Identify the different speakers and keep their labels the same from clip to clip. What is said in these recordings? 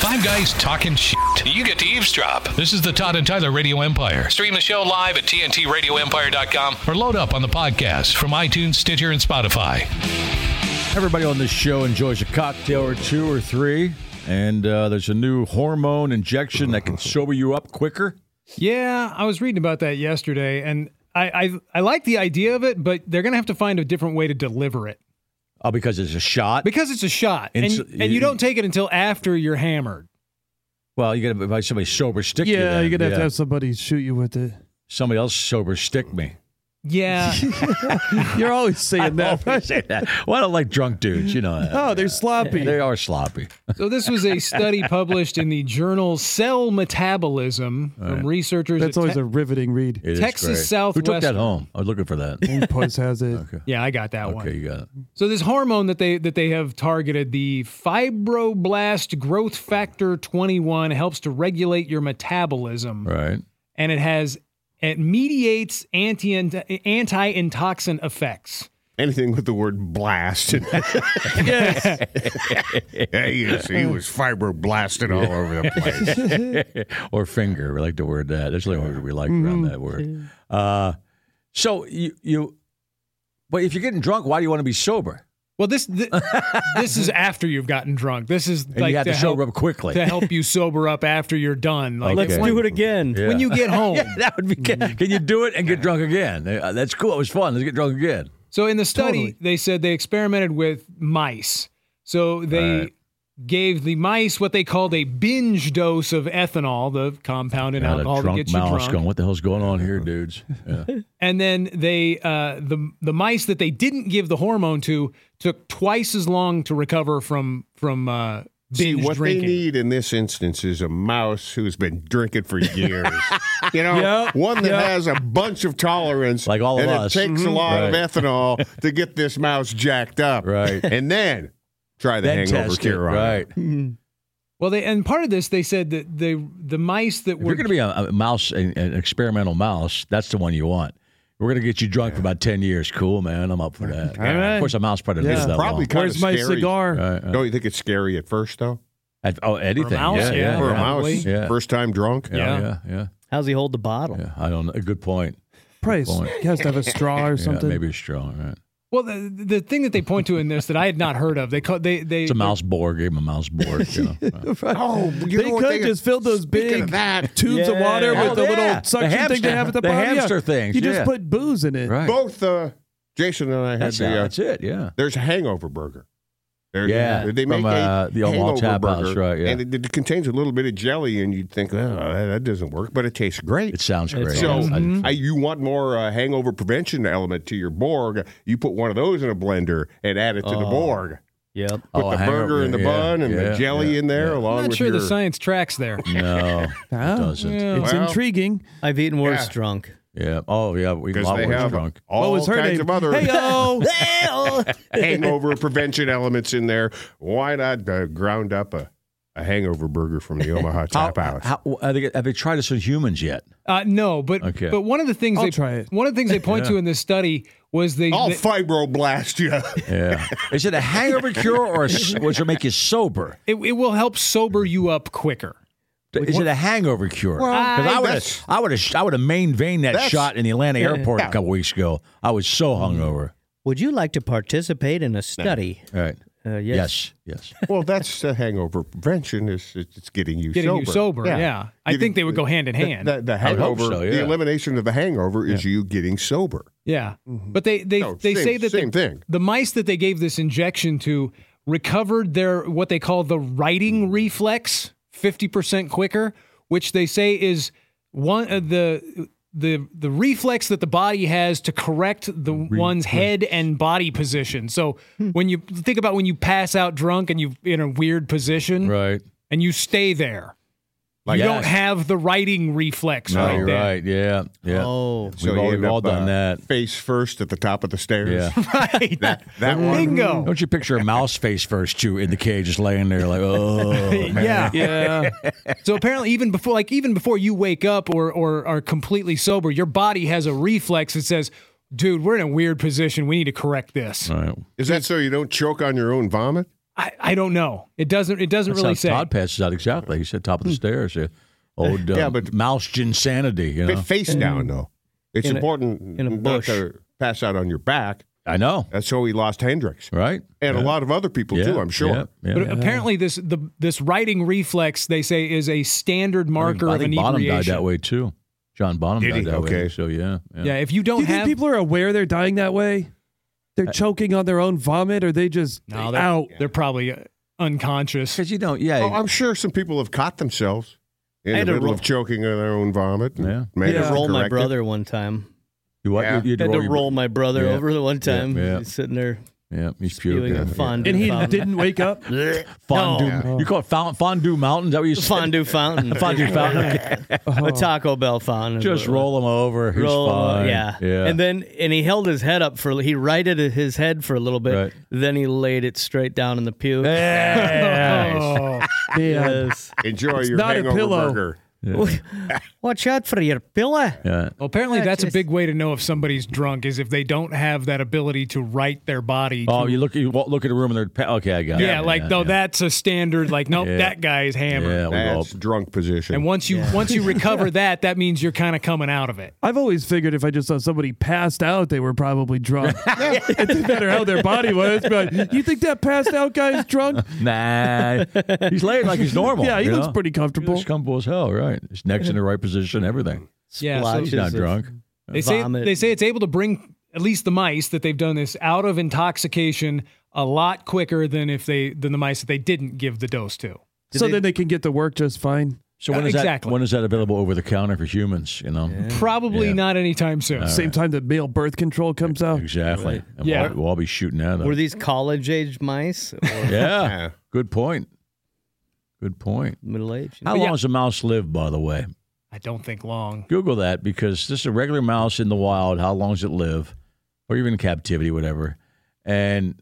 Speaker 1: Five guys talking shit. You get to eavesdrop. This is the Todd and Tyler Radio Empire. Stream the show live at TNTRadioEmpire.com or load up on the podcast from iTunes, Stitcher, and Spotify.
Speaker 2: Everybody on this show enjoys a cocktail or two or three, and uh, there's a new hormone injection that can sober you up quicker.
Speaker 3: Yeah, I was reading about that yesterday, and I I, I like the idea of it, but they're going to have to find a different way to deliver it
Speaker 2: Oh, because it's a shot.
Speaker 3: because it's a shot, and,
Speaker 2: And so-
Speaker 3: and you don't take it until after you're hammered.
Speaker 2: well, you got to buy somebody sober stick. you
Speaker 4: Yeah,
Speaker 2: then.
Speaker 4: you're gonna have
Speaker 2: Yeah.
Speaker 4: to have somebody shoot you with it.
Speaker 2: somebody else sober stick me.
Speaker 3: Yeah,
Speaker 4: You're always saying that.
Speaker 2: I say that. Well, I don't like drunk dudes. You know.
Speaker 4: Oh, they're sloppy.
Speaker 2: They are sloppy.
Speaker 3: So this was a study published in the journal Cell Metabolism from researchers.
Speaker 4: That's
Speaker 3: at
Speaker 4: always
Speaker 3: Te-
Speaker 4: a riveting read.
Speaker 2: It is
Speaker 3: Texas
Speaker 2: great. Who took that
Speaker 3: Southwestern.
Speaker 2: home? I was looking for that.
Speaker 4: Puss has it.
Speaker 3: yeah, I got that
Speaker 2: Okay,
Speaker 3: one.
Speaker 2: you got it.
Speaker 3: So this hormone that they that they have targeted, the fibroblast growth factor 21, helps to regulate your metabolism,
Speaker 2: Right.
Speaker 3: and it has it mediates anti anti intoxin effects.
Speaker 5: anything with the word blast. in it. hey, yes, he was fiber blasted all over the place.
Speaker 2: or finger. We like the word that. There's a little word we like around that word. Uh, so you, you, but if you're getting drunk, why do you want to be sober?
Speaker 3: Well, this th- this is after you've gotten drunk. This is
Speaker 2: And
Speaker 3: like
Speaker 2: you have to,
Speaker 3: help,
Speaker 2: sober up quickly.
Speaker 3: to help you sober up after you're done.
Speaker 2: Okay.
Speaker 3: Like it's
Speaker 2: Let's
Speaker 3: when,
Speaker 2: do
Speaker 4: it again.
Speaker 2: Yeah.
Speaker 3: when you get home.
Speaker 2: Yeah, that would be.
Speaker 5: Mm-hmm.
Speaker 2: Can, can you do it and get drunk again? Uh, That's cool. It was fun. Let's get drunk again.
Speaker 3: So in the study,
Speaker 4: Totally.
Speaker 3: they said they experimented with mice. So they
Speaker 2: Right.
Speaker 3: gave the mice what they called a binge dose of ethanol, the compound in
Speaker 2: Got
Speaker 3: alcohol
Speaker 2: a
Speaker 3: that
Speaker 2: drunk
Speaker 3: gets you
Speaker 2: mouse
Speaker 3: drunk.
Speaker 2: going. What the hell's going on here, dudes? Yeah.
Speaker 3: And then they, uh, the the mice that they didn't give the hormone to, took twice as long to recover from from uh,
Speaker 5: See,
Speaker 3: binge
Speaker 5: what
Speaker 3: drinking.
Speaker 5: they need in this instance is a mouse who's been drinking for years. you know,
Speaker 4: Yep,
Speaker 5: one that
Speaker 4: yep.
Speaker 5: has a bunch of tolerance.
Speaker 2: Like all of
Speaker 5: and
Speaker 2: us.
Speaker 5: It takes a
Speaker 2: Mhm.
Speaker 5: lot of
Speaker 2: Right.
Speaker 5: ethanol to get this mouse jacked up.
Speaker 2: Right.
Speaker 5: And then try the
Speaker 2: Then
Speaker 5: hangover
Speaker 2: test it,
Speaker 5: cure on it.
Speaker 2: right?
Speaker 3: Well, they and part of this, they said that they the mice that
Speaker 2: If
Speaker 3: were
Speaker 2: you're going to be a, a mouse, an, an experimental mouse, that's the one you want. We're going to get you drunk for about ten years. Cool, man. I'm up for that.
Speaker 4: right.
Speaker 2: Of course, a mouse probably
Speaker 4: Yeah.
Speaker 2: lives that
Speaker 5: Probably
Speaker 2: long.
Speaker 5: kind
Speaker 4: Where's
Speaker 5: of
Speaker 4: my
Speaker 5: scary.
Speaker 4: cigar?
Speaker 2: Right, right.
Speaker 5: Don't you think it's scary at first, though?
Speaker 2: At- oh, anything.
Speaker 3: mouse,
Speaker 2: yeah,
Speaker 3: yeah.
Speaker 2: yeah,
Speaker 5: For a
Speaker 2: yeah.
Speaker 5: mouse,
Speaker 2: Yeah.
Speaker 5: first time drunk.
Speaker 2: Yeah,
Speaker 3: Yeah.
Speaker 2: yeah, yeah,
Speaker 6: How's he hold the bottle?
Speaker 2: yeah. I don't know. Good point.
Speaker 4: Price.
Speaker 2: Good point.
Speaker 4: He has to have a straw or
Speaker 2: Yeah,
Speaker 4: something.
Speaker 2: maybe a straw. Right.
Speaker 3: well, the, the thing that they point to in this that I had not heard of, they call they they
Speaker 2: It's a mouse board. Give him a mouse board. You know.
Speaker 5: Oh, you
Speaker 4: they
Speaker 5: know what
Speaker 4: could
Speaker 5: they-
Speaker 4: just fill those
Speaker 5: speaking
Speaker 4: big
Speaker 5: of that.
Speaker 4: tubes of water
Speaker 2: Yeah.
Speaker 4: with the
Speaker 2: Oh, yeah.
Speaker 4: little
Speaker 2: The
Speaker 4: suction thing
Speaker 2: hamster-
Speaker 4: they have at the,
Speaker 2: the
Speaker 4: bottom. Yeah.
Speaker 2: hamster things,
Speaker 4: You
Speaker 2: yeah.
Speaker 4: just put booze in it.
Speaker 2: right.
Speaker 5: Both uh, Jason and I had
Speaker 2: That's,
Speaker 5: the. uh,
Speaker 2: that's it. Yeah.
Speaker 5: There's a hangover burger. There-
Speaker 2: Yeah,
Speaker 5: they
Speaker 2: from,
Speaker 5: make
Speaker 2: uh,
Speaker 5: a
Speaker 2: the old
Speaker 5: hangover
Speaker 2: Tap House,
Speaker 5: burger,
Speaker 2: right, yeah.
Speaker 5: and it, it contains a little bit of jelly, and you'd think, oh, that that doesn't work, but it tastes great.
Speaker 2: It sounds
Speaker 6: It's
Speaker 2: great.
Speaker 5: so,
Speaker 2: I-
Speaker 5: I, you want more uh, hangover prevention element to your Borg? You put one of those in a blender and add it to the Borg.
Speaker 6: Yep.
Speaker 5: Put
Speaker 2: Oh,
Speaker 5: the
Speaker 2: hangover,
Speaker 5: burger and the
Speaker 2: yeah,
Speaker 5: bun and
Speaker 2: yeah,
Speaker 5: the jelly
Speaker 2: yeah,
Speaker 5: in there,
Speaker 2: yeah.
Speaker 5: along
Speaker 3: I'm not
Speaker 5: with
Speaker 3: sure
Speaker 5: your.
Speaker 3: the science tracks there.
Speaker 2: Mm-hmm. no, it
Speaker 4: Ah.
Speaker 2: doesn't. Yeah.
Speaker 4: It's
Speaker 5: Well-
Speaker 4: intriguing.
Speaker 6: I've eaten worse
Speaker 5: Yeah.
Speaker 6: drunk.
Speaker 2: Oh, yeah. We a
Speaker 5: because
Speaker 2: lot
Speaker 5: they
Speaker 2: worse
Speaker 5: have
Speaker 2: drunk.
Speaker 5: all
Speaker 4: what was her
Speaker 5: kinds
Speaker 4: name?
Speaker 5: of other
Speaker 4: Hey, oh.
Speaker 5: hangover prevention elements in there. Why not uh, ground up a, a hangover burger from the Omaha Tap House?
Speaker 2: how, have, they, have they tried this on humans yet?
Speaker 3: Uh, no, but
Speaker 2: Okay.
Speaker 3: but one of the things
Speaker 4: I'll
Speaker 3: they
Speaker 4: try it.
Speaker 3: one of the things they point to in this study was they,
Speaker 5: I'll
Speaker 3: they-
Speaker 5: fibroblast you.
Speaker 2: Yeah. Is it a hangover cure or a, s- which will make you sober?
Speaker 3: it, it will help sober you up quicker.
Speaker 2: Is it a hangover cure? Because I would have,
Speaker 5: that's-
Speaker 2: I would have, I would have main veined that
Speaker 5: That's-
Speaker 2: shot in the Atlanta airport a couple weeks ago. I was so hungover.
Speaker 6: Would you like to participate in a study?
Speaker 5: Mm-hmm.
Speaker 2: All right.
Speaker 6: Uh,
Speaker 2: Yes. Yes.
Speaker 5: Well, that's the hangover prevention. Is it's it's getting you
Speaker 3: Getting
Speaker 5: sober.
Speaker 3: you sober, yeah. I
Speaker 5: Getting-
Speaker 3: think they would go hand in
Speaker 5: the-
Speaker 3: hand.
Speaker 5: The, the hangover,
Speaker 2: so, yeah.
Speaker 5: the elimination of the hangover is you getting sober.
Speaker 3: yeah,
Speaker 4: Mm-hmm.
Speaker 3: but they they,
Speaker 5: No,
Speaker 3: they
Speaker 5: same-
Speaker 3: say that
Speaker 5: same
Speaker 3: the,
Speaker 5: thing.
Speaker 3: the mice that they gave this injection to recovered their what they call the writing reflex 50% quicker, which they say is one of the the the reflex that the body has to correct the one's head and body position. So when you think about when you pass out drunk and you in a weird position
Speaker 2: Right.
Speaker 3: and you stay there, you don't
Speaker 2: Yes.
Speaker 3: have the writing reflex
Speaker 2: No,
Speaker 3: right
Speaker 2: you're
Speaker 3: there.
Speaker 2: right. Yeah. Yeah.
Speaker 6: Oh,
Speaker 2: We've all-
Speaker 5: you
Speaker 2: we've
Speaker 5: end
Speaker 2: all
Speaker 5: up, uh,
Speaker 2: done that.
Speaker 5: Face first at the top of the stairs.
Speaker 2: Yeah.
Speaker 3: Right.
Speaker 5: That that one.
Speaker 3: Bingo.
Speaker 2: Don't you picture a mouse face first, too, in the cage, just laying there like, oh.
Speaker 3: Yeah. Yeah. so apparently even before like even before you wake up or or are completely sober, your body has a reflex that says, dude, we're in a weird position. We need to correct this.
Speaker 2: All right.
Speaker 5: Is that so you don't choke on your own vomit?
Speaker 3: I, I don't know. It doesn't it doesn't
Speaker 2: That's
Speaker 3: really
Speaker 2: how
Speaker 3: say. Hmm.
Speaker 2: Todd passes out exactly. He said top of the stairs. Yeah. Old uh,
Speaker 5: Yeah, but-
Speaker 2: mouse insanity. You
Speaker 5: But
Speaker 2: know?
Speaker 5: face down though. It's
Speaker 6: In a-
Speaker 5: important
Speaker 6: in a
Speaker 5: not
Speaker 6: bush.
Speaker 5: to pass out on your back.
Speaker 2: I know.
Speaker 5: That's how we lost Hendrix
Speaker 2: Right.
Speaker 5: and a lot of other people
Speaker 2: Yeah,
Speaker 5: too. I'm sure.
Speaker 2: yeah, yeah.
Speaker 3: But apparently, this the this writing reflex they say is a standard marker
Speaker 2: I
Speaker 3: of
Speaker 2: think Bonham died
Speaker 3: inebriation.
Speaker 2: that way too. John Bonham
Speaker 5: Did he?
Speaker 2: died that way.
Speaker 5: Okay.
Speaker 2: So yeah,
Speaker 3: Yeah, if you don't
Speaker 4: Do you think
Speaker 3: have
Speaker 4: people are aware they're dying that way? They're choking on their own vomit, or they just
Speaker 3: no, they're,
Speaker 4: out?
Speaker 3: they're probably uh, unconscious.
Speaker 2: Because you don't. Yeah.
Speaker 5: Oh, I'm sure some people have caught thememselves in
Speaker 6: I
Speaker 5: the
Speaker 6: had to
Speaker 5: middle
Speaker 6: roll-
Speaker 5: of choking on their own vomit. and
Speaker 2: Yeah.
Speaker 5: made
Speaker 4: Yeah.
Speaker 5: us
Speaker 6: roll my
Speaker 5: correct it.
Speaker 6: brother one time.
Speaker 2: you what?
Speaker 5: Yeah.
Speaker 2: You,
Speaker 6: Had to
Speaker 2: your-
Speaker 6: roll my brother
Speaker 2: Yeah.
Speaker 6: over the one time.
Speaker 2: yeah.
Speaker 6: He's sitting there
Speaker 2: Yeah. He's
Speaker 6: spewing a
Speaker 2: puking.
Speaker 6: fondue
Speaker 4: And he
Speaker 6: fountain.
Speaker 4: didn't wake up.
Speaker 2: Fondue.
Speaker 4: No.
Speaker 2: You call it fond- fondue mountain? Is that what you said?
Speaker 6: fondue fountain.
Speaker 2: Fondue fountain.
Speaker 6: a Taco Bell fountain.
Speaker 2: Just roll him over. He's
Speaker 6: Roll,
Speaker 2: fine.
Speaker 6: yeah,
Speaker 2: Yeah.
Speaker 6: and then and he held his head up for he righted his head for a little bit,
Speaker 2: Right.
Speaker 6: then he laid it straight down in the pew.
Speaker 3: Oh,
Speaker 4: Man.
Speaker 6: Yes.
Speaker 5: Enjoy your
Speaker 4: not a
Speaker 5: hangover
Speaker 4: pillow.
Speaker 5: burger.
Speaker 6: Watch out for your pillow.
Speaker 2: yeah.
Speaker 3: well, apparently
Speaker 6: Yeah,
Speaker 3: that's a
Speaker 6: just-
Speaker 3: big way to know if somebody's drunk is if they don't have that ability to write their body.
Speaker 2: Oh,
Speaker 3: to-
Speaker 2: you look. You wa- look at a room and they're pa- okay. I got
Speaker 3: yeah,
Speaker 2: it.
Speaker 3: like no,
Speaker 2: yeah.
Speaker 3: that's a standard. Like nope,
Speaker 2: Yeah.
Speaker 3: that guy is hammered.
Speaker 2: Yeah, we all.
Speaker 5: That's drunk position.
Speaker 3: And once you once you recover that, that means you're kind of coming out of it.
Speaker 4: I've always figured if I just saw somebody passed out, they were probably drunk. it didn't matter how their body was, but you think that passed out guy's drunk?
Speaker 2: Nah, he's laid like he's normal.
Speaker 4: Yeah, he
Speaker 2: you
Speaker 4: looks
Speaker 2: know?
Speaker 4: pretty comfortable.
Speaker 2: He looks comfortable as hell, right? His neck's in the right position, everything.
Speaker 3: Yeah, so-
Speaker 2: He's not
Speaker 6: Splashes of-
Speaker 2: drunk.
Speaker 3: They say
Speaker 6: vomit.
Speaker 3: they say it's able to bring at least the mice that they've done this out of intoxication a lot quicker than if they than the mice that they didn't give the dose to.
Speaker 4: so then they can get to work just fine.
Speaker 2: So when
Speaker 3: Uh,
Speaker 2: is
Speaker 3: exactly.
Speaker 2: that when is that available over the counter for humans? You know,
Speaker 3: Probably
Speaker 2: Yeah.
Speaker 3: not anytime soon.
Speaker 4: Same time that male birth control comes out.
Speaker 2: exactly. And
Speaker 3: Yeah.
Speaker 2: we'll, we'll all be shooting at them.
Speaker 6: Were these college age mice or
Speaker 2: yeah,
Speaker 5: Yeah.
Speaker 2: good point. Good point.
Speaker 6: middle age?
Speaker 2: How
Speaker 3: But
Speaker 2: long
Speaker 3: yeah.
Speaker 2: does a mouse live? By the way,
Speaker 3: I don't think long.
Speaker 2: Google that because this is a regular mouse in the wild. How long does it live, or even in captivity, whatever? And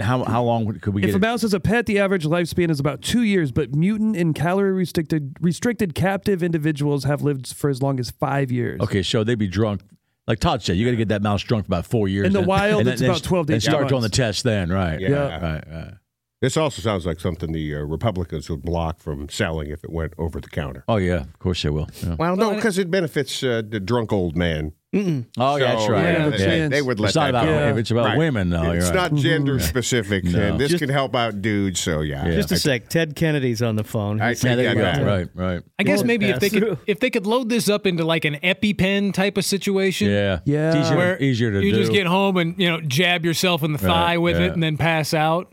Speaker 2: how how long could we
Speaker 4: If
Speaker 2: get?
Speaker 4: a
Speaker 2: it-
Speaker 4: mouse is a pet, the average lifespan is about two years, but mutant and calorie restricted restricted captive individuals have lived for as long as five years.
Speaker 2: Okay, so they'd be drunk. Like Todd said, you got to get that mouse drunk for about four years.
Speaker 4: In the
Speaker 2: and-
Speaker 4: wild,
Speaker 2: and
Speaker 4: it's
Speaker 2: then-
Speaker 4: about 12 to
Speaker 2: And
Speaker 4: 18
Speaker 2: start doing the
Speaker 4: months.
Speaker 2: test then, right?
Speaker 5: Yeah.
Speaker 4: Yeah.
Speaker 2: Right, right.
Speaker 5: This also sounds like something the uh, Republicans would block from selling if it went over the counter.
Speaker 2: Oh yeah, of course they will. Yeah.
Speaker 5: Well, no, because it benefits uh, the drunk old man.
Speaker 2: Oh yeah, that's
Speaker 5: So,
Speaker 2: right.
Speaker 4: yeah,
Speaker 5: they-
Speaker 4: yeah.
Speaker 5: They, would let
Speaker 2: It's not
Speaker 5: that
Speaker 2: about
Speaker 5: go.
Speaker 4: Yeah.
Speaker 2: it's about
Speaker 5: Right.
Speaker 2: women though.
Speaker 5: it's
Speaker 2: you're right. Mm-hmm.
Speaker 5: not gender specific, and this can help out dudes. So yeah,
Speaker 6: Just a sec. Ted Kennedy's on the phone.
Speaker 5: I
Speaker 6: He's-
Speaker 5: take
Speaker 2: Yeah, there
Speaker 5: that
Speaker 2: you
Speaker 5: back.
Speaker 2: go. Right, right.
Speaker 3: I guess
Speaker 6: Well,
Speaker 3: maybe if they
Speaker 6: pass
Speaker 3: could
Speaker 6: through.
Speaker 3: if they could load this up into like an EpiPen type of situation.
Speaker 2: Yeah,
Speaker 4: Yeah.
Speaker 2: It's easier,
Speaker 3: Where
Speaker 2: easier to
Speaker 3: you
Speaker 2: do.
Speaker 3: just get home and you know jab yourself in the thigh with
Speaker 2: yeah.
Speaker 3: it and then pass out.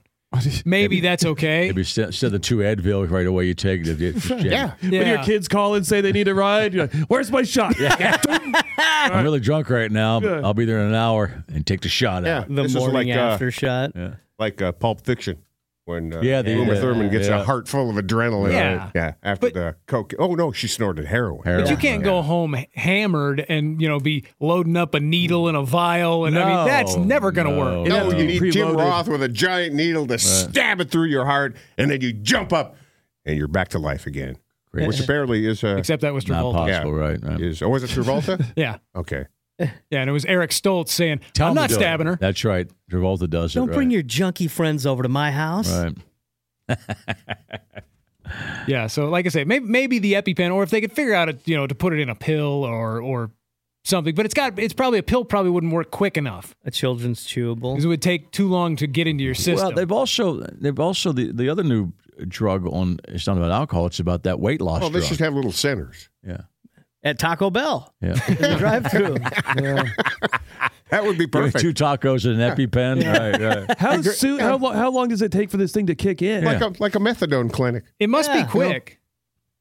Speaker 3: Maybe that's okay.
Speaker 2: Maybe instead instead of the two Advil right away, you take the yeah.
Speaker 4: When
Speaker 3: Yeah.
Speaker 4: your kids call and say they need a ride, you're like, where's my shot?
Speaker 2: I'm really drunk right now. But I'll be there in an hour and take the shot
Speaker 5: Yeah,
Speaker 2: out.
Speaker 6: the
Speaker 5: this is
Speaker 6: morning
Speaker 5: like
Speaker 6: after
Speaker 5: Uh,
Speaker 6: shot.
Speaker 5: like uh, Pulp Fiction when uh,
Speaker 2: Yeah, they-
Speaker 5: Uma
Speaker 2: yeah,
Speaker 5: Thurman gets
Speaker 2: yeah.
Speaker 5: a heart full of adrenaline.
Speaker 3: Yeah.
Speaker 5: yeah. After the coke. Oh no, she snorted heroin.
Speaker 3: But you
Speaker 2: Heroin.
Speaker 3: can't go home h- hammered and you know be loading up a needle and a vial, and I mean that's
Speaker 2: No,
Speaker 3: never going to
Speaker 2: no.
Speaker 3: work.
Speaker 5: No,
Speaker 4: Yeah.
Speaker 5: you need Jim
Speaker 4: Preloaded.
Speaker 5: Roth with a giant needle to stab it through your heart, and then you jump up, and you're back to life again.
Speaker 2: Great.
Speaker 5: Which apparently is uh,
Speaker 3: Except that was
Speaker 2: Not
Speaker 3: Travolta.
Speaker 2: possible, right? right.
Speaker 5: is oh, was it Travolta?
Speaker 3: Yeah.
Speaker 5: okay,
Speaker 3: Yeah, and it was Eric Stoltz saying,
Speaker 2: Tell
Speaker 3: "I'm
Speaker 2: him to
Speaker 3: not
Speaker 2: do it.
Speaker 3: stabbing her."
Speaker 2: That's right. Travolta does it.
Speaker 6: Don't
Speaker 2: right.
Speaker 6: bring your junkie friends over to my house.
Speaker 2: Right.
Speaker 3: Yeah, so like I say, maybe, maybe the EpiPen, or if they could figure out, it, you know, to put it in a pill or or something. But it's got it's probably a pill probably wouldn't work quick enough
Speaker 6: A children's chewable.
Speaker 3: because it would take too long to get into your system.
Speaker 2: Well, they've also they've also the, the other new drug on. It's not about alcohol. It's about that weight loss
Speaker 5: well they
Speaker 2: drug.
Speaker 5: should have little centers.
Speaker 2: yeah,
Speaker 6: At Taco Bell.
Speaker 2: yeah.
Speaker 6: In the drive through.
Speaker 5: That would be perfect.
Speaker 2: Two tacos and an EpiPen. Right, right.
Speaker 4: How soon? How, lo- how long does it take for this thing to kick in?
Speaker 5: like a like a methadone clinic.
Speaker 3: it must
Speaker 6: Yeah.
Speaker 3: be quick.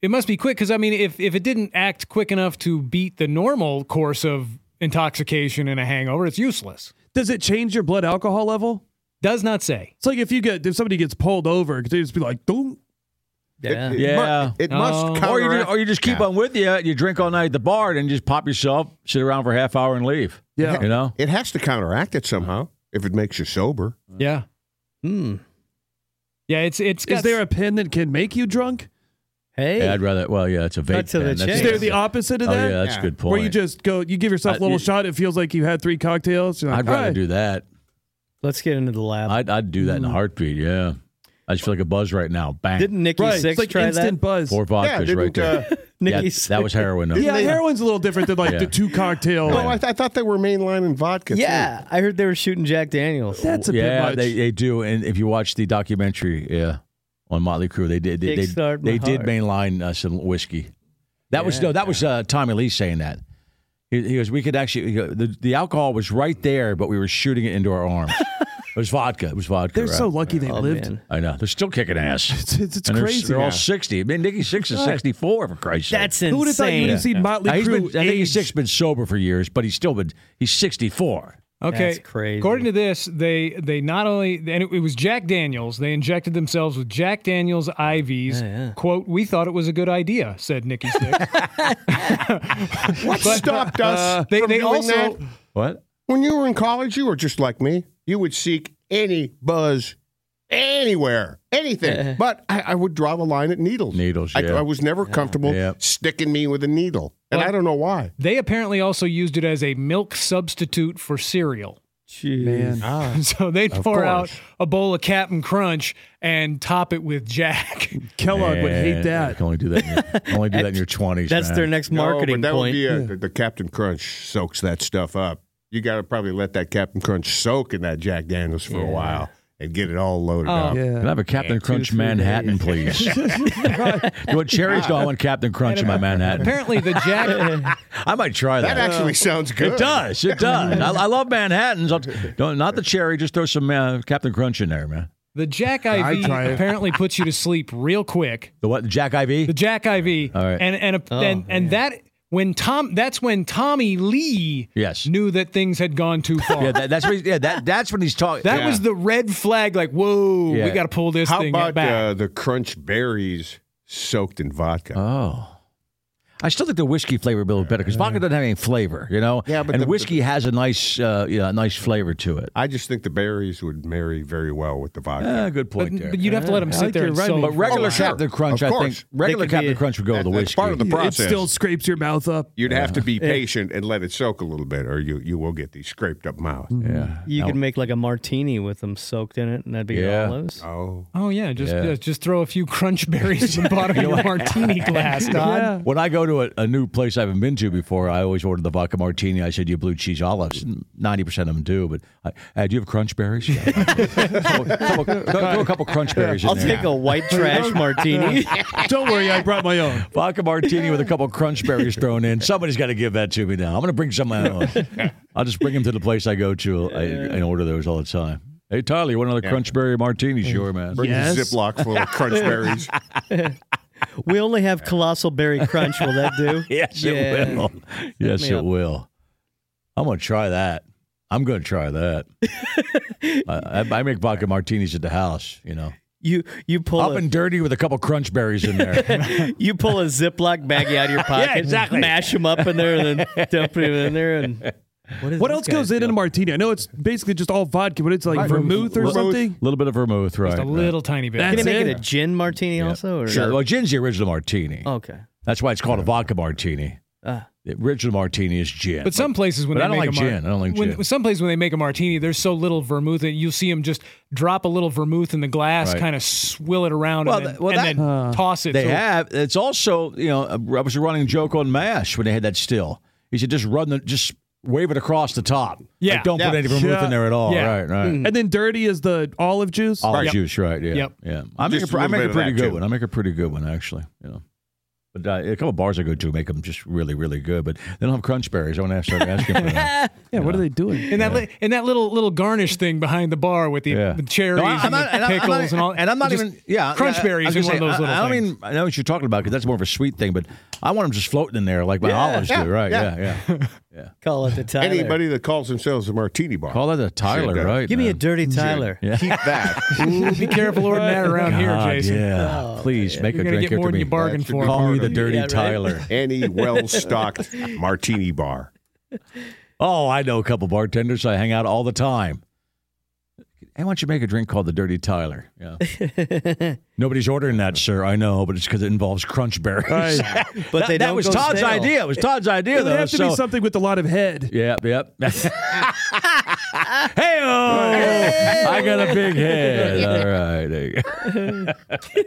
Speaker 3: It must be quick because I mean, if if it didn't act quick enough to beat the normal course of intoxication and a hangover, it's useless.
Speaker 4: Does it change your blood alcohol level?
Speaker 3: Does not say.
Speaker 4: It's like if you get if somebody gets pulled over, could they just be like, "Don't."
Speaker 6: Yeah.
Speaker 2: Yeah.
Speaker 5: It must
Speaker 3: Oh.
Speaker 5: counteract.
Speaker 2: Or you, just, or you just keep
Speaker 5: Yeah.
Speaker 2: on with you. You drink all night at the bar and just pop yourself, sit around for a half hour and leave.
Speaker 4: Yeah.
Speaker 2: You know?
Speaker 5: It has to counteract it
Speaker 2: Uh-huh.
Speaker 5: somehow if it makes you sober.
Speaker 3: Yeah.
Speaker 6: Hmm.
Speaker 3: Yeah. It's it's got
Speaker 4: Mm. Is there a pen that can make you drunk?
Speaker 6: Hey.
Speaker 2: Yeah, I'd rather. Well, yeah, it's a vape
Speaker 6: Cut to the
Speaker 2: pen. That's-
Speaker 4: Is
Speaker 6: Yeah.
Speaker 4: there the opposite of
Speaker 2: Oh,
Speaker 4: that?
Speaker 2: yeah, that's a good point.
Speaker 4: Where you just go, you give yourself
Speaker 2: Uh,
Speaker 4: a little
Speaker 2: you-
Speaker 4: shot. It feels like you had three cocktails. You're like,
Speaker 2: I'd rather
Speaker 4: "All right."
Speaker 2: do that.
Speaker 6: Let's get into the lab.
Speaker 2: I'd, I'd do that in a heartbeat. Yeah. I just feel like a buzz right now. Bang.
Speaker 6: Didn't Nikki
Speaker 4: Right,
Speaker 6: Six
Speaker 4: it's like
Speaker 6: try
Speaker 4: instant
Speaker 6: that?
Speaker 4: buzz.
Speaker 2: Four vodkas
Speaker 5: yeah,
Speaker 2: right
Speaker 5: didn't,
Speaker 2: there.
Speaker 5: uh,
Speaker 2: Yeah,
Speaker 6: Nikki
Speaker 2: that was heroin. though.
Speaker 4: yeah,
Speaker 5: they-
Speaker 4: heroin's a little different than like
Speaker 2: Yeah.
Speaker 4: the two cocktail.
Speaker 5: oh, I, th- I thought they were mainlining vodka. too.
Speaker 6: Yeah, I heard they were shooting Jack Daniels.
Speaker 4: that's a bit
Speaker 2: yeah,
Speaker 4: much.
Speaker 2: they, they do. And if you watch the documentary, yeah, on Motley Crue, they did they they,
Speaker 6: Kickstart my
Speaker 2: they did
Speaker 6: heart.
Speaker 2: mainline uh, some whiskey. That was no, that was uh, Tommy Lee saying that. He, he goes, we could actually he go- the, the alcohol was right there, but we were shooting it into our arms. it was vodka. It was vodka.
Speaker 4: They're
Speaker 2: right?
Speaker 4: so lucky they
Speaker 6: Oh,
Speaker 4: lived.
Speaker 6: man.
Speaker 2: I know they're still kicking ass.
Speaker 4: It's, it's, it's
Speaker 2: And they're-
Speaker 4: crazy.
Speaker 2: They're,
Speaker 4: now.
Speaker 2: all sixty. I mean, Nicky Six is
Speaker 4: Right.
Speaker 2: sixty-four for Christ's sake.
Speaker 6: That's
Speaker 4: Who would have thought you
Speaker 6: insane.
Speaker 4: would have seen Motley
Speaker 2: Now, he's been, I
Speaker 4: Crue?
Speaker 2: think he's
Speaker 4: age?
Speaker 2: six been sober for years, but he's still been he's sixty-four.
Speaker 3: Okay,
Speaker 6: That's crazy.
Speaker 3: According to this, they they not only and it, it was Jack Daniels. They injected themselves with Jack Daniels IVs. "Quote: We thought it was a good idea," said Nikki Six.
Speaker 5: What stopped
Speaker 2: uh,
Speaker 5: us?
Speaker 3: they-
Speaker 5: from
Speaker 3: they
Speaker 5: doing
Speaker 3: also-
Speaker 5: that?
Speaker 2: What?
Speaker 5: When you were in college, you were just like me. You would seek any buzz anywhere, anything. but I, I would draw the line at needles.
Speaker 2: Needles,
Speaker 5: I,
Speaker 2: yeah.
Speaker 5: I was never comfortable
Speaker 2: Yeah.
Speaker 5: sticking me with a needle. And I don't know why.
Speaker 3: they apparently also used it as a milk substitute for cereal.
Speaker 6: Jeez.
Speaker 3: so they would pour out
Speaker 5: course.
Speaker 3: a bowl of Captain Crunch and top it with Jack.
Speaker 4: Kellogg would
Speaker 2: Eh,
Speaker 4: hate
Speaker 2: You
Speaker 4: that.
Speaker 2: can only do that. In your, you can only do that in your twenties.
Speaker 6: That's
Speaker 2: man.
Speaker 6: their next
Speaker 5: No,
Speaker 6: marketing
Speaker 5: but that Would
Speaker 6: point.
Speaker 5: be a, the, the Captain Crunch soaks that stuff up. You got to probably let that Captain Crunch soak in that Jack Daniels for a while and get it all loaded
Speaker 2: Oh.
Speaker 5: up.
Speaker 2: Can I have a Captain Crunch Manhattan, please? you want cherries? No, I want Captain Crunch in my Manhattan.
Speaker 3: apparently, the Jack
Speaker 2: I might try that.
Speaker 5: That actually sounds good.
Speaker 2: it does. It does. I, I love Manhattans. I'll- don't, not the cherry. Just throw some uh, Captain Crunch in there, man.
Speaker 3: the Jack IV
Speaker 4: try it.
Speaker 3: apparently puts you to sleep real quick.
Speaker 2: The what? Jack IV.
Speaker 3: The Jack IV.
Speaker 2: All right. Oh,
Speaker 3: And and and, and that when Tom that's when Tommy Lee
Speaker 2: Yes.
Speaker 3: knew that things had gone too far.
Speaker 2: yeah,
Speaker 3: that
Speaker 2: that, that's what he's, yeah. That, that's when he's talking.
Speaker 3: was the red flag like whoa,
Speaker 2: Yeah.
Speaker 3: we got to pull this
Speaker 5: How
Speaker 3: thing
Speaker 5: about
Speaker 3: back.
Speaker 5: uh, the Crunch Berries soaked in vodka?
Speaker 2: Oh. I still think the whiskey flavor bill is better because vodka doesn't have any flavor, you know.
Speaker 5: Yeah, but
Speaker 2: and
Speaker 5: the-
Speaker 2: whiskey has a nice, uh, yeah, a nice flavor to it.
Speaker 5: I just think the berries would marry very well with the vodka.
Speaker 2: Ah, good
Speaker 3: but,
Speaker 2: point there.
Speaker 3: but you'd have to let him
Speaker 4: I
Speaker 3: sit
Speaker 4: like
Speaker 3: there
Speaker 4: your
Speaker 3: and
Speaker 4: rhyming.
Speaker 3: soak.
Speaker 2: But regular
Speaker 5: Oh, sure.
Speaker 2: Captain Crunch,
Speaker 5: Of
Speaker 2: I
Speaker 5: course.
Speaker 2: think regular
Speaker 6: They could be-
Speaker 2: Captain Crunch would go with the
Speaker 5: That-
Speaker 2: whiskey.
Speaker 5: that's part of the
Speaker 4: It
Speaker 5: process.
Speaker 4: still scrapes your mouth up.
Speaker 5: You'd have to be patient and let it soak a little bit, or you, you will get the scraped up mouth.
Speaker 2: yeah.
Speaker 6: you could make like a martini with them soaked in it, and that'd be
Speaker 2: Yeah.
Speaker 6: olives.
Speaker 5: Oh,
Speaker 3: Oh yeah, just
Speaker 2: Yeah.
Speaker 3: yeah, just throw a few crunch berries in the bottom of your martini glass, Don.
Speaker 4: Yeah.
Speaker 2: When I go to a, a new place I haven't been to before, I always order the vodka martini. I said, "You blue cheese olives." Ninety percent of them do, but I, uh, do you have crunch berries? Yeah. Throw a couple- throw a couple crunch berries in
Speaker 6: I'll
Speaker 2: there.
Speaker 6: take a white trash martini.
Speaker 4: Don't worry, I brought my own.
Speaker 2: Vodka martini with a couple crunch berries thrown in. Somebody's got to give that to me now. I'm going to bring some of my own. I'll just bring them to the place I go to I, and order those all the time. Hey, Tyler, you want another crunch berry martini? Sure, man.
Speaker 5: bring
Speaker 4: Yes.
Speaker 5: a Ziploc full of Crunch Berries.
Speaker 6: we only have colossal berry crunch. Will that do?
Speaker 2: Yes,
Speaker 6: Yeah.
Speaker 2: it will. Yes,
Speaker 6: me
Speaker 2: it
Speaker 6: up.
Speaker 2: will. I'm going to try that. I'm going to try that. I, I make vodka martinis at the house, you know.
Speaker 6: You you pull
Speaker 2: Up
Speaker 6: a,
Speaker 2: and dirty with a couple crunch berries in there.
Speaker 6: you pull a Ziploc baggie out of your pocket,
Speaker 2: exactly.
Speaker 6: mash them up in there, and then dump it in there. And what, is
Speaker 4: What
Speaker 6: this
Speaker 4: else
Speaker 6: guy
Speaker 4: goes in in a
Speaker 6: doing?
Speaker 4: martini? I know it's basically just all vodka, but it's like vermouth or
Speaker 2: Vermouth.
Speaker 4: something.
Speaker 2: A little bit of vermouth, right?
Speaker 3: Just a
Speaker 2: right.
Speaker 3: little tiny bit.
Speaker 4: That's
Speaker 6: Can I make
Speaker 4: it.
Speaker 6: it a gin martini also? Or?
Speaker 2: Yeah, well, gin's the original martini.
Speaker 6: Okay.
Speaker 2: That's why it's called a vodka martini.
Speaker 6: Ah.
Speaker 2: The original martini is gin.
Speaker 3: But some places when
Speaker 2: but
Speaker 3: they
Speaker 2: I don't
Speaker 3: make
Speaker 2: like
Speaker 3: a mar-
Speaker 2: gin. I don't like
Speaker 3: when,
Speaker 2: gin.
Speaker 3: Some places when they make a martini, there's so little vermouth that you see them just drop a little vermouth in the glass,
Speaker 2: Right.
Speaker 3: kind of swill it around,
Speaker 2: Well,
Speaker 3: and then,
Speaker 2: that- well,
Speaker 3: and
Speaker 2: that-
Speaker 3: then toss it.
Speaker 2: They
Speaker 3: So-
Speaker 2: have. It's also you know I was a running joke on Mash when they had that still. He said just run the just wave it across the top.
Speaker 3: Yeah.
Speaker 2: Like, don't put
Speaker 5: Yeah.
Speaker 2: any vermouth
Speaker 4: Yeah.
Speaker 2: in there at all.
Speaker 3: Yeah.
Speaker 2: Right, right.
Speaker 4: And then dirty is the olive juice.
Speaker 2: Mm. Olive
Speaker 3: Yep.
Speaker 2: juice, right? Yeah,
Speaker 3: Yep.
Speaker 2: yeah. I make
Speaker 5: Just
Speaker 2: a,
Speaker 5: a
Speaker 2: I
Speaker 5: little
Speaker 2: make
Speaker 5: bit
Speaker 2: a
Speaker 5: of
Speaker 2: pretty
Speaker 5: that,
Speaker 2: good
Speaker 5: too.
Speaker 2: one. I make a pretty good one actually. You know, But uh, a couple bars I go to make them just really, really good. But they don't have crunch berries. I want to start asking for that.
Speaker 4: Yeah, what are they doing?
Speaker 3: And that li- and that little little garnish thing behind the bar with the
Speaker 2: Yeah.
Speaker 3: with cherries
Speaker 2: No, I-
Speaker 3: and, the pickles
Speaker 2: I'm not,
Speaker 3: and all,
Speaker 2: And I'm not
Speaker 3: just
Speaker 2: even yeah.
Speaker 3: crunch
Speaker 2: I- I,
Speaker 3: berries
Speaker 2: was
Speaker 3: is
Speaker 2: gonna
Speaker 3: one of those
Speaker 2: say, I-
Speaker 3: little
Speaker 2: I,
Speaker 3: things.
Speaker 2: don't mean I know what you're talking about because that's more of a sweet thing. But I want them just floating in there like my olives do. Right? Yeah, yeah.
Speaker 6: Call it the Tyler.
Speaker 5: Anybody that calls themselves a martini bar,
Speaker 2: Call that a Tyler,
Speaker 5: Shit, uh,
Speaker 2: right?
Speaker 6: Give me a
Speaker 2: man?
Speaker 6: dirty Tyler.
Speaker 5: keep that.
Speaker 3: Be careful ordering that around
Speaker 2: God,
Speaker 3: here, Jason. Oh,
Speaker 2: Yeah. Please make
Speaker 3: You're
Speaker 2: a
Speaker 3: gonna
Speaker 2: drink
Speaker 3: get more
Speaker 2: after
Speaker 3: than
Speaker 2: me.
Speaker 3: you bargained
Speaker 5: That should
Speaker 3: for.
Speaker 5: be
Speaker 2: Call me
Speaker 5: Part
Speaker 2: the
Speaker 5: of it.
Speaker 2: dirty
Speaker 6: Yeah, right.
Speaker 2: Tyler.
Speaker 5: Any well-stocked martini bar.
Speaker 2: Oh, I know a couple bartenders I hang out all the time. Hey, why don't you make a drink called the Dirty Tyler? Yeah. Nobody's ordering that, sir. I know, but it's because it involves crunch berries.
Speaker 6: But
Speaker 2: that, that
Speaker 6: they don't
Speaker 2: was
Speaker 6: go
Speaker 2: Todd's
Speaker 6: stale.
Speaker 2: idea. It was Todd's idea,
Speaker 4: It would
Speaker 2: though.
Speaker 4: have to
Speaker 2: so,
Speaker 4: be something with a lot of head.
Speaker 2: Yep, yep. hey, I got a big head. All right. there you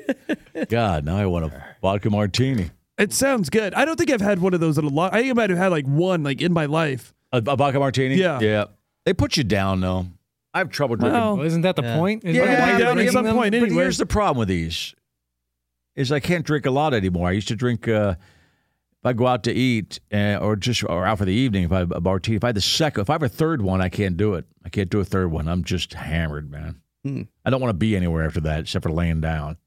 Speaker 2: go. God, now I want a vodka martini.
Speaker 4: It sounds good. I don't think I've had one of those in a lot. I think I might have had like one like in my life.
Speaker 2: A, a vodka martini?
Speaker 4: Yeah.
Speaker 2: Yeah. They put you down, though. I have trouble drinking
Speaker 4: Well,
Speaker 3: Well, isn't that the point? Isn't
Speaker 4: Yeah,
Speaker 3: that why
Speaker 4: yeah,
Speaker 3: you're
Speaker 4: yeah,
Speaker 3: drinking
Speaker 4: at some
Speaker 3: them?
Speaker 4: point.
Speaker 2: But
Speaker 4: anyway.
Speaker 2: here's the problem with these: is I can't drink a lot anymore. I used to drink uh, if I go out to eat uh, or just or out for the evening. If I have a martini, if I had the second, if I have a third one, I can't do it. I can't do a third one. I'm just hammered, man.
Speaker 4: Hmm.
Speaker 2: I don't want to be anywhere after that except for laying down.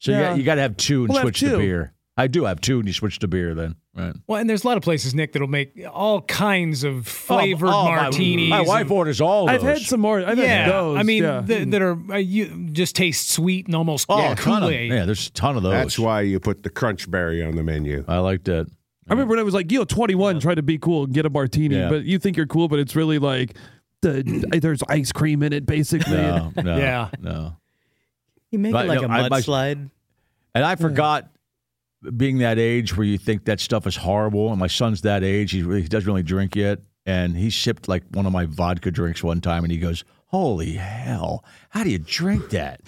Speaker 2: So you
Speaker 4: Yeah.
Speaker 2: got, you got to have two and
Speaker 4: Well, have
Speaker 2: switch
Speaker 4: two.
Speaker 2: to beer. I do have two, and you switch to beer then. Right.
Speaker 3: Well, and there's a lot of places, Nick, that'll make all kinds of flavored
Speaker 2: Oh, oh, my-
Speaker 3: martinis.
Speaker 2: My, wife
Speaker 3: and-
Speaker 2: orders all.
Speaker 4: I've had
Speaker 2: those.
Speaker 4: some more. I've
Speaker 3: yeah,
Speaker 4: had those.
Speaker 3: I mean
Speaker 4: yeah.
Speaker 3: th- that are uh, you just taste sweet and almost
Speaker 2: Oh, a
Speaker 3: yeah,
Speaker 2: ton of,
Speaker 3: Kool-Aid.
Speaker 2: yeah, there's a ton of those.
Speaker 5: That's why you put the crunch berry on the menu.
Speaker 2: I like that.
Speaker 4: I remember when I was like, you know, 21, trying to be cool and get a martini,
Speaker 2: Yeah.
Speaker 4: but you think you're cool, but it's really like the there's ice cream in it, basically.
Speaker 2: No, no,
Speaker 3: Yeah.
Speaker 2: no.
Speaker 6: You make
Speaker 2: But,
Speaker 6: it like
Speaker 2: no,
Speaker 6: a
Speaker 2: I- my-
Speaker 6: mudslide.
Speaker 2: And I forgot being that age where you think that stuff is horrible. And my son's that age; he, really, he doesn't really drink yet. And he sipped like one of my vodka drinks one time, and he goes, "Holy hell! How do you drink that?"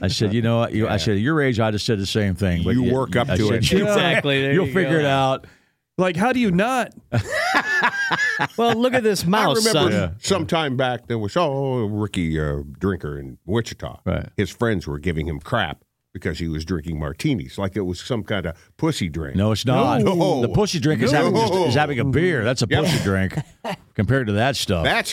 Speaker 2: I said, "You know, what? you, I said your age, I'd have said the same thing."
Speaker 5: You work up to it.
Speaker 6: Exactly, there
Speaker 2: You'll
Speaker 6: you
Speaker 2: figure
Speaker 6: go.
Speaker 2: it out.
Speaker 4: Like, how do you not?
Speaker 6: Well, look at this
Speaker 2: Oh,
Speaker 6: mouse,
Speaker 5: I remember
Speaker 6: son.
Speaker 5: some time back there was oh Ricky uh, drinker in Wichita.
Speaker 2: Right.
Speaker 5: His friends were giving him crap because he was drinking martinis, like it was some kind of pussy drink.
Speaker 2: No, it's not.
Speaker 5: No.
Speaker 2: The pussy drink is, having,
Speaker 5: No.
Speaker 2: is having a beer. That's a
Speaker 5: Yeah.
Speaker 2: pussy drink compared to that stuff.
Speaker 5: that's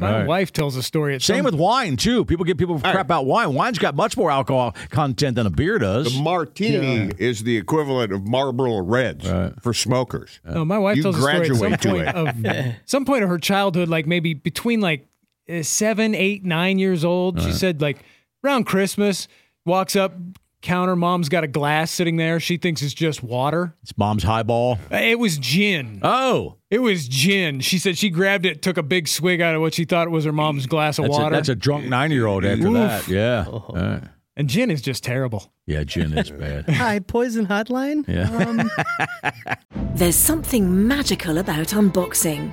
Speaker 2: Right.
Speaker 3: My wife tells a story. At
Speaker 2: Same
Speaker 3: some,
Speaker 2: with wine too. People get people crap about wine. Wine's got much more alcohol content than a beer does.
Speaker 5: The martini is the equivalent of Marlboro Reds for smokers.
Speaker 3: No, Oh, my wife
Speaker 5: You
Speaker 3: tells a story at some
Speaker 5: graduate to
Speaker 3: point
Speaker 5: it.
Speaker 3: of some point of her childhood, like maybe between like uh, seven, eight, nine years old. She said like around Christmas, walks up counter, mom's got a glass sitting there. She thinks it's just water.
Speaker 2: It's mom's highball.
Speaker 3: Uh, It was gin.
Speaker 2: Oh,
Speaker 3: It was gin. She said she grabbed it, took a big swig out of what she thought was her mom's glass of
Speaker 2: that's,
Speaker 3: water.
Speaker 2: A, that's a drunk nine year old after that. Yeah.
Speaker 5: Oh.
Speaker 2: All right.
Speaker 3: and gin is just terrible.
Speaker 2: Yeah, gin is bad.
Speaker 6: Hi, Poison Hotline.
Speaker 2: Yeah.
Speaker 6: Um,
Speaker 7: There's something magical about unboxing.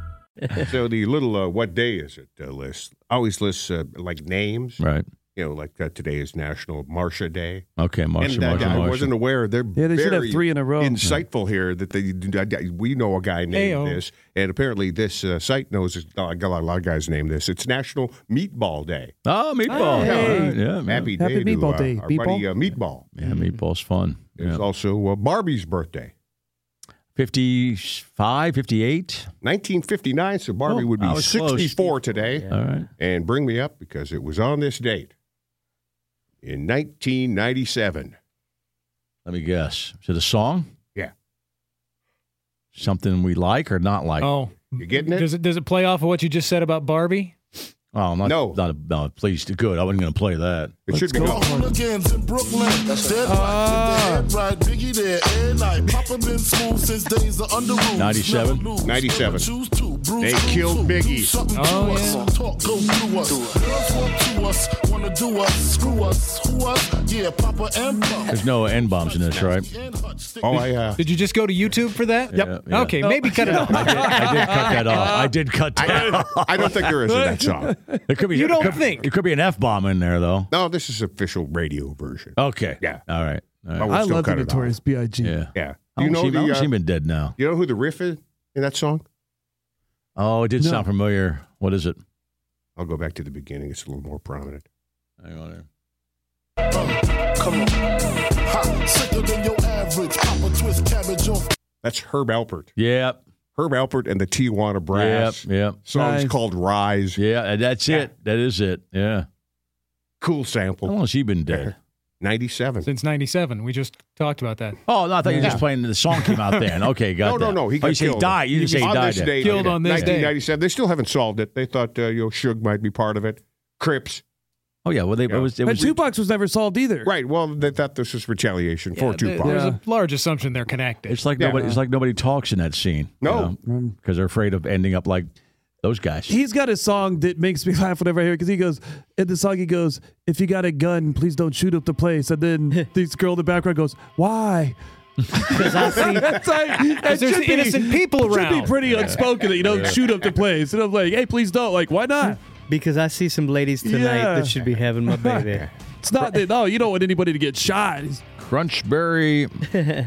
Speaker 5: so the little uh, what day is it uh, list always lists uh, like names.
Speaker 2: right.
Speaker 5: You know, like uh, today is National Marsha Day.
Speaker 2: Okay, Marsha,
Speaker 5: and uh,
Speaker 2: Marsha,
Speaker 5: I
Speaker 2: Marsha.
Speaker 5: wasn't aware. They're
Speaker 4: Yeah, they should have
Speaker 5: very
Speaker 4: three in a row.
Speaker 5: Insightful here that they we know a guy named
Speaker 3: Ayo.
Speaker 5: this, and apparently this uh, site knows. it. Uh, I got a lot of guys named this. It's National Meatball Day.
Speaker 2: oh, meatball.
Speaker 5: Hey.
Speaker 2: Yeah, yeah, man.
Speaker 5: Happy,
Speaker 4: Oh, Happy
Speaker 5: day to,
Speaker 4: Meatball
Speaker 5: uh,
Speaker 4: Day,
Speaker 5: our
Speaker 4: people.
Speaker 5: buddy uh, Meatball.
Speaker 2: Yeah, meatball's fun.
Speaker 5: There's
Speaker 2: Yeah.
Speaker 5: also uh, Barbie's birthday,
Speaker 2: 55, 58.
Speaker 5: 1959. So Barbie
Speaker 2: Oh,
Speaker 5: would
Speaker 2: I
Speaker 5: be
Speaker 2: was close.
Speaker 5: 64 today.
Speaker 2: All right.
Speaker 5: And bring me up because it was on this date in 1997.
Speaker 2: Let me guess. Is it a song?
Speaker 5: Yeah.
Speaker 2: Something we like or not like?
Speaker 3: Oh,
Speaker 5: You getting it?
Speaker 3: does it does it play off of what you just said about Barbie?
Speaker 2: Oh, not,
Speaker 5: No.
Speaker 2: not no, please, good. I wasn't going to play that.
Speaker 5: It should be
Speaker 4: go.
Speaker 5: good.
Speaker 8: Corner games in Brooklyn. Dead right,
Speaker 4: Ah.
Speaker 8: dead right. Biggie there, every night. Papa been school since days of under rules.
Speaker 2: 97?
Speaker 8: Never lose,
Speaker 5: 97.
Speaker 8: never choose to. Bruise,
Speaker 5: They
Speaker 8: bruise,
Speaker 5: killed
Speaker 8: bruise.
Speaker 5: Biggie.
Speaker 8: Do something to
Speaker 3: Oh,
Speaker 8: us.
Speaker 3: yeah.
Speaker 8: Talk, go through us. Girls want to us, wanna do us, screw us, who us? Yeah, Papa and Pop.
Speaker 2: There's no N bombs in this, right?
Speaker 8: And Hutch, stick
Speaker 5: Oh, I, uh,
Speaker 3: Did you just go to YouTube for that?
Speaker 2: Yeah, yeah.
Speaker 3: Okay, maybe cut it
Speaker 2: I did,
Speaker 3: off.
Speaker 2: I did cut that off. I did cut that
Speaker 5: I,
Speaker 2: off.
Speaker 5: I don't think there is in that song.
Speaker 2: There could be,
Speaker 3: You don't
Speaker 2: could-
Speaker 3: think.
Speaker 2: It could be an F bomb in there, though.
Speaker 5: No, this is official radio version.
Speaker 2: Okay.
Speaker 5: Yeah.
Speaker 2: All right. All
Speaker 5: But
Speaker 2: right.
Speaker 5: we'll
Speaker 4: I
Speaker 5: still
Speaker 4: love the
Speaker 5: cut it off.
Speaker 4: Notorious B.I.G.
Speaker 2: Yeah.
Speaker 5: Yeah.
Speaker 2: How
Speaker 5: Do
Speaker 2: long's
Speaker 5: you know
Speaker 2: she,
Speaker 5: the,
Speaker 2: how long's
Speaker 5: uh,
Speaker 2: she been dead now?
Speaker 5: You know who the riff is in that song?
Speaker 2: Oh, it did
Speaker 4: No.
Speaker 2: sound familiar. What is it?
Speaker 5: I'll go back to the beginning. It's a little more prominent.
Speaker 2: Hang on here.
Speaker 8: Come on. Ha, sicker than your average. Papa twist cabbage off.
Speaker 5: That's Herb Alpert.
Speaker 2: Yep.
Speaker 5: Herb Alpert and the Tijuana Brass.
Speaker 2: Yep. Yep.
Speaker 5: Song's
Speaker 4: Nice.
Speaker 5: called Rise.
Speaker 2: Yeah. and That's it. That is it. Yeah. How
Speaker 5: Cool sample.
Speaker 2: long has she been dead?
Speaker 5: 97.
Speaker 3: Since '97, we just talked about that.
Speaker 2: Oh, no, I thought you were just
Speaker 5: Yeah.
Speaker 2: playing the song came out then. Okay, got
Speaker 5: No,
Speaker 2: that.
Speaker 5: no, no, he
Speaker 2: oh,
Speaker 5: got
Speaker 2: you say
Speaker 5: killed.
Speaker 2: died. You didn't say he
Speaker 5: on
Speaker 2: died.
Speaker 5: this
Speaker 2: then.
Speaker 5: day,
Speaker 3: Killed on this day.
Speaker 5: 1997. They still haven't solved it. They thought uh, you know, Suge might be part of it. Crips.
Speaker 2: Oh yeah. Well, they,
Speaker 5: Yeah.
Speaker 2: it was. It
Speaker 4: And
Speaker 2: was
Speaker 4: Tupac was never solved either.
Speaker 5: Right. Well, they thought this was retaliation for
Speaker 3: There-
Speaker 5: Tupac.
Speaker 3: There's
Speaker 4: Yeah.
Speaker 3: a large assumption they're connected.
Speaker 2: It's like
Speaker 5: Yeah.
Speaker 2: nobody. It's like nobody talks in that scene.
Speaker 5: No.
Speaker 2: because they're afraid of ending up like those guys.
Speaker 4: He's got a song that makes me laugh whenever I hear it because he goes, in the song, he goes, If you got a gun, please don't shoot up the place. And then this girl in the background goes, Why? That's like, that
Speaker 3: there's
Speaker 4: should
Speaker 3: innocent people
Speaker 4: it Should
Speaker 3: around.
Speaker 4: be pretty unspoken that you don't shoot up the place. And I'm like, Hey, please don't. Like, why not?
Speaker 6: because I see some ladies tonight
Speaker 4: Yeah.
Speaker 6: that should be having my baby.
Speaker 4: It's not that, no, you don't want anybody to get shot. He's-
Speaker 2: Crunchberry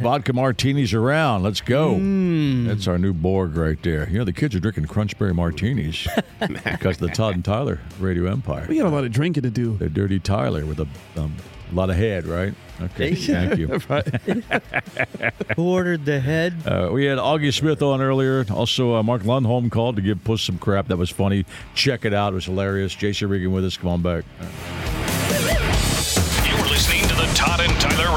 Speaker 2: vodka martinis around. Let's
Speaker 1: Mm.
Speaker 2: go.
Speaker 4: Hmm.
Speaker 2: That's our new Borg right there. You know the kids are drinking Crunchberry martinis because of the Todd and Tyler Radio Empire.
Speaker 4: We got a lot of drinking to do.
Speaker 2: The Dirty Tyler with a um, lot of head, right? Okay, thank you.
Speaker 6: Who ordered the head?
Speaker 2: Uh, we had Augie Smith on earlier. Also, uh, Mark Lundholm called to give Puss some crap. That was funny. Check it out. It was hilarious. Jason Regan with us. Come on back.
Speaker 1: You're listening to the Todd and Tyler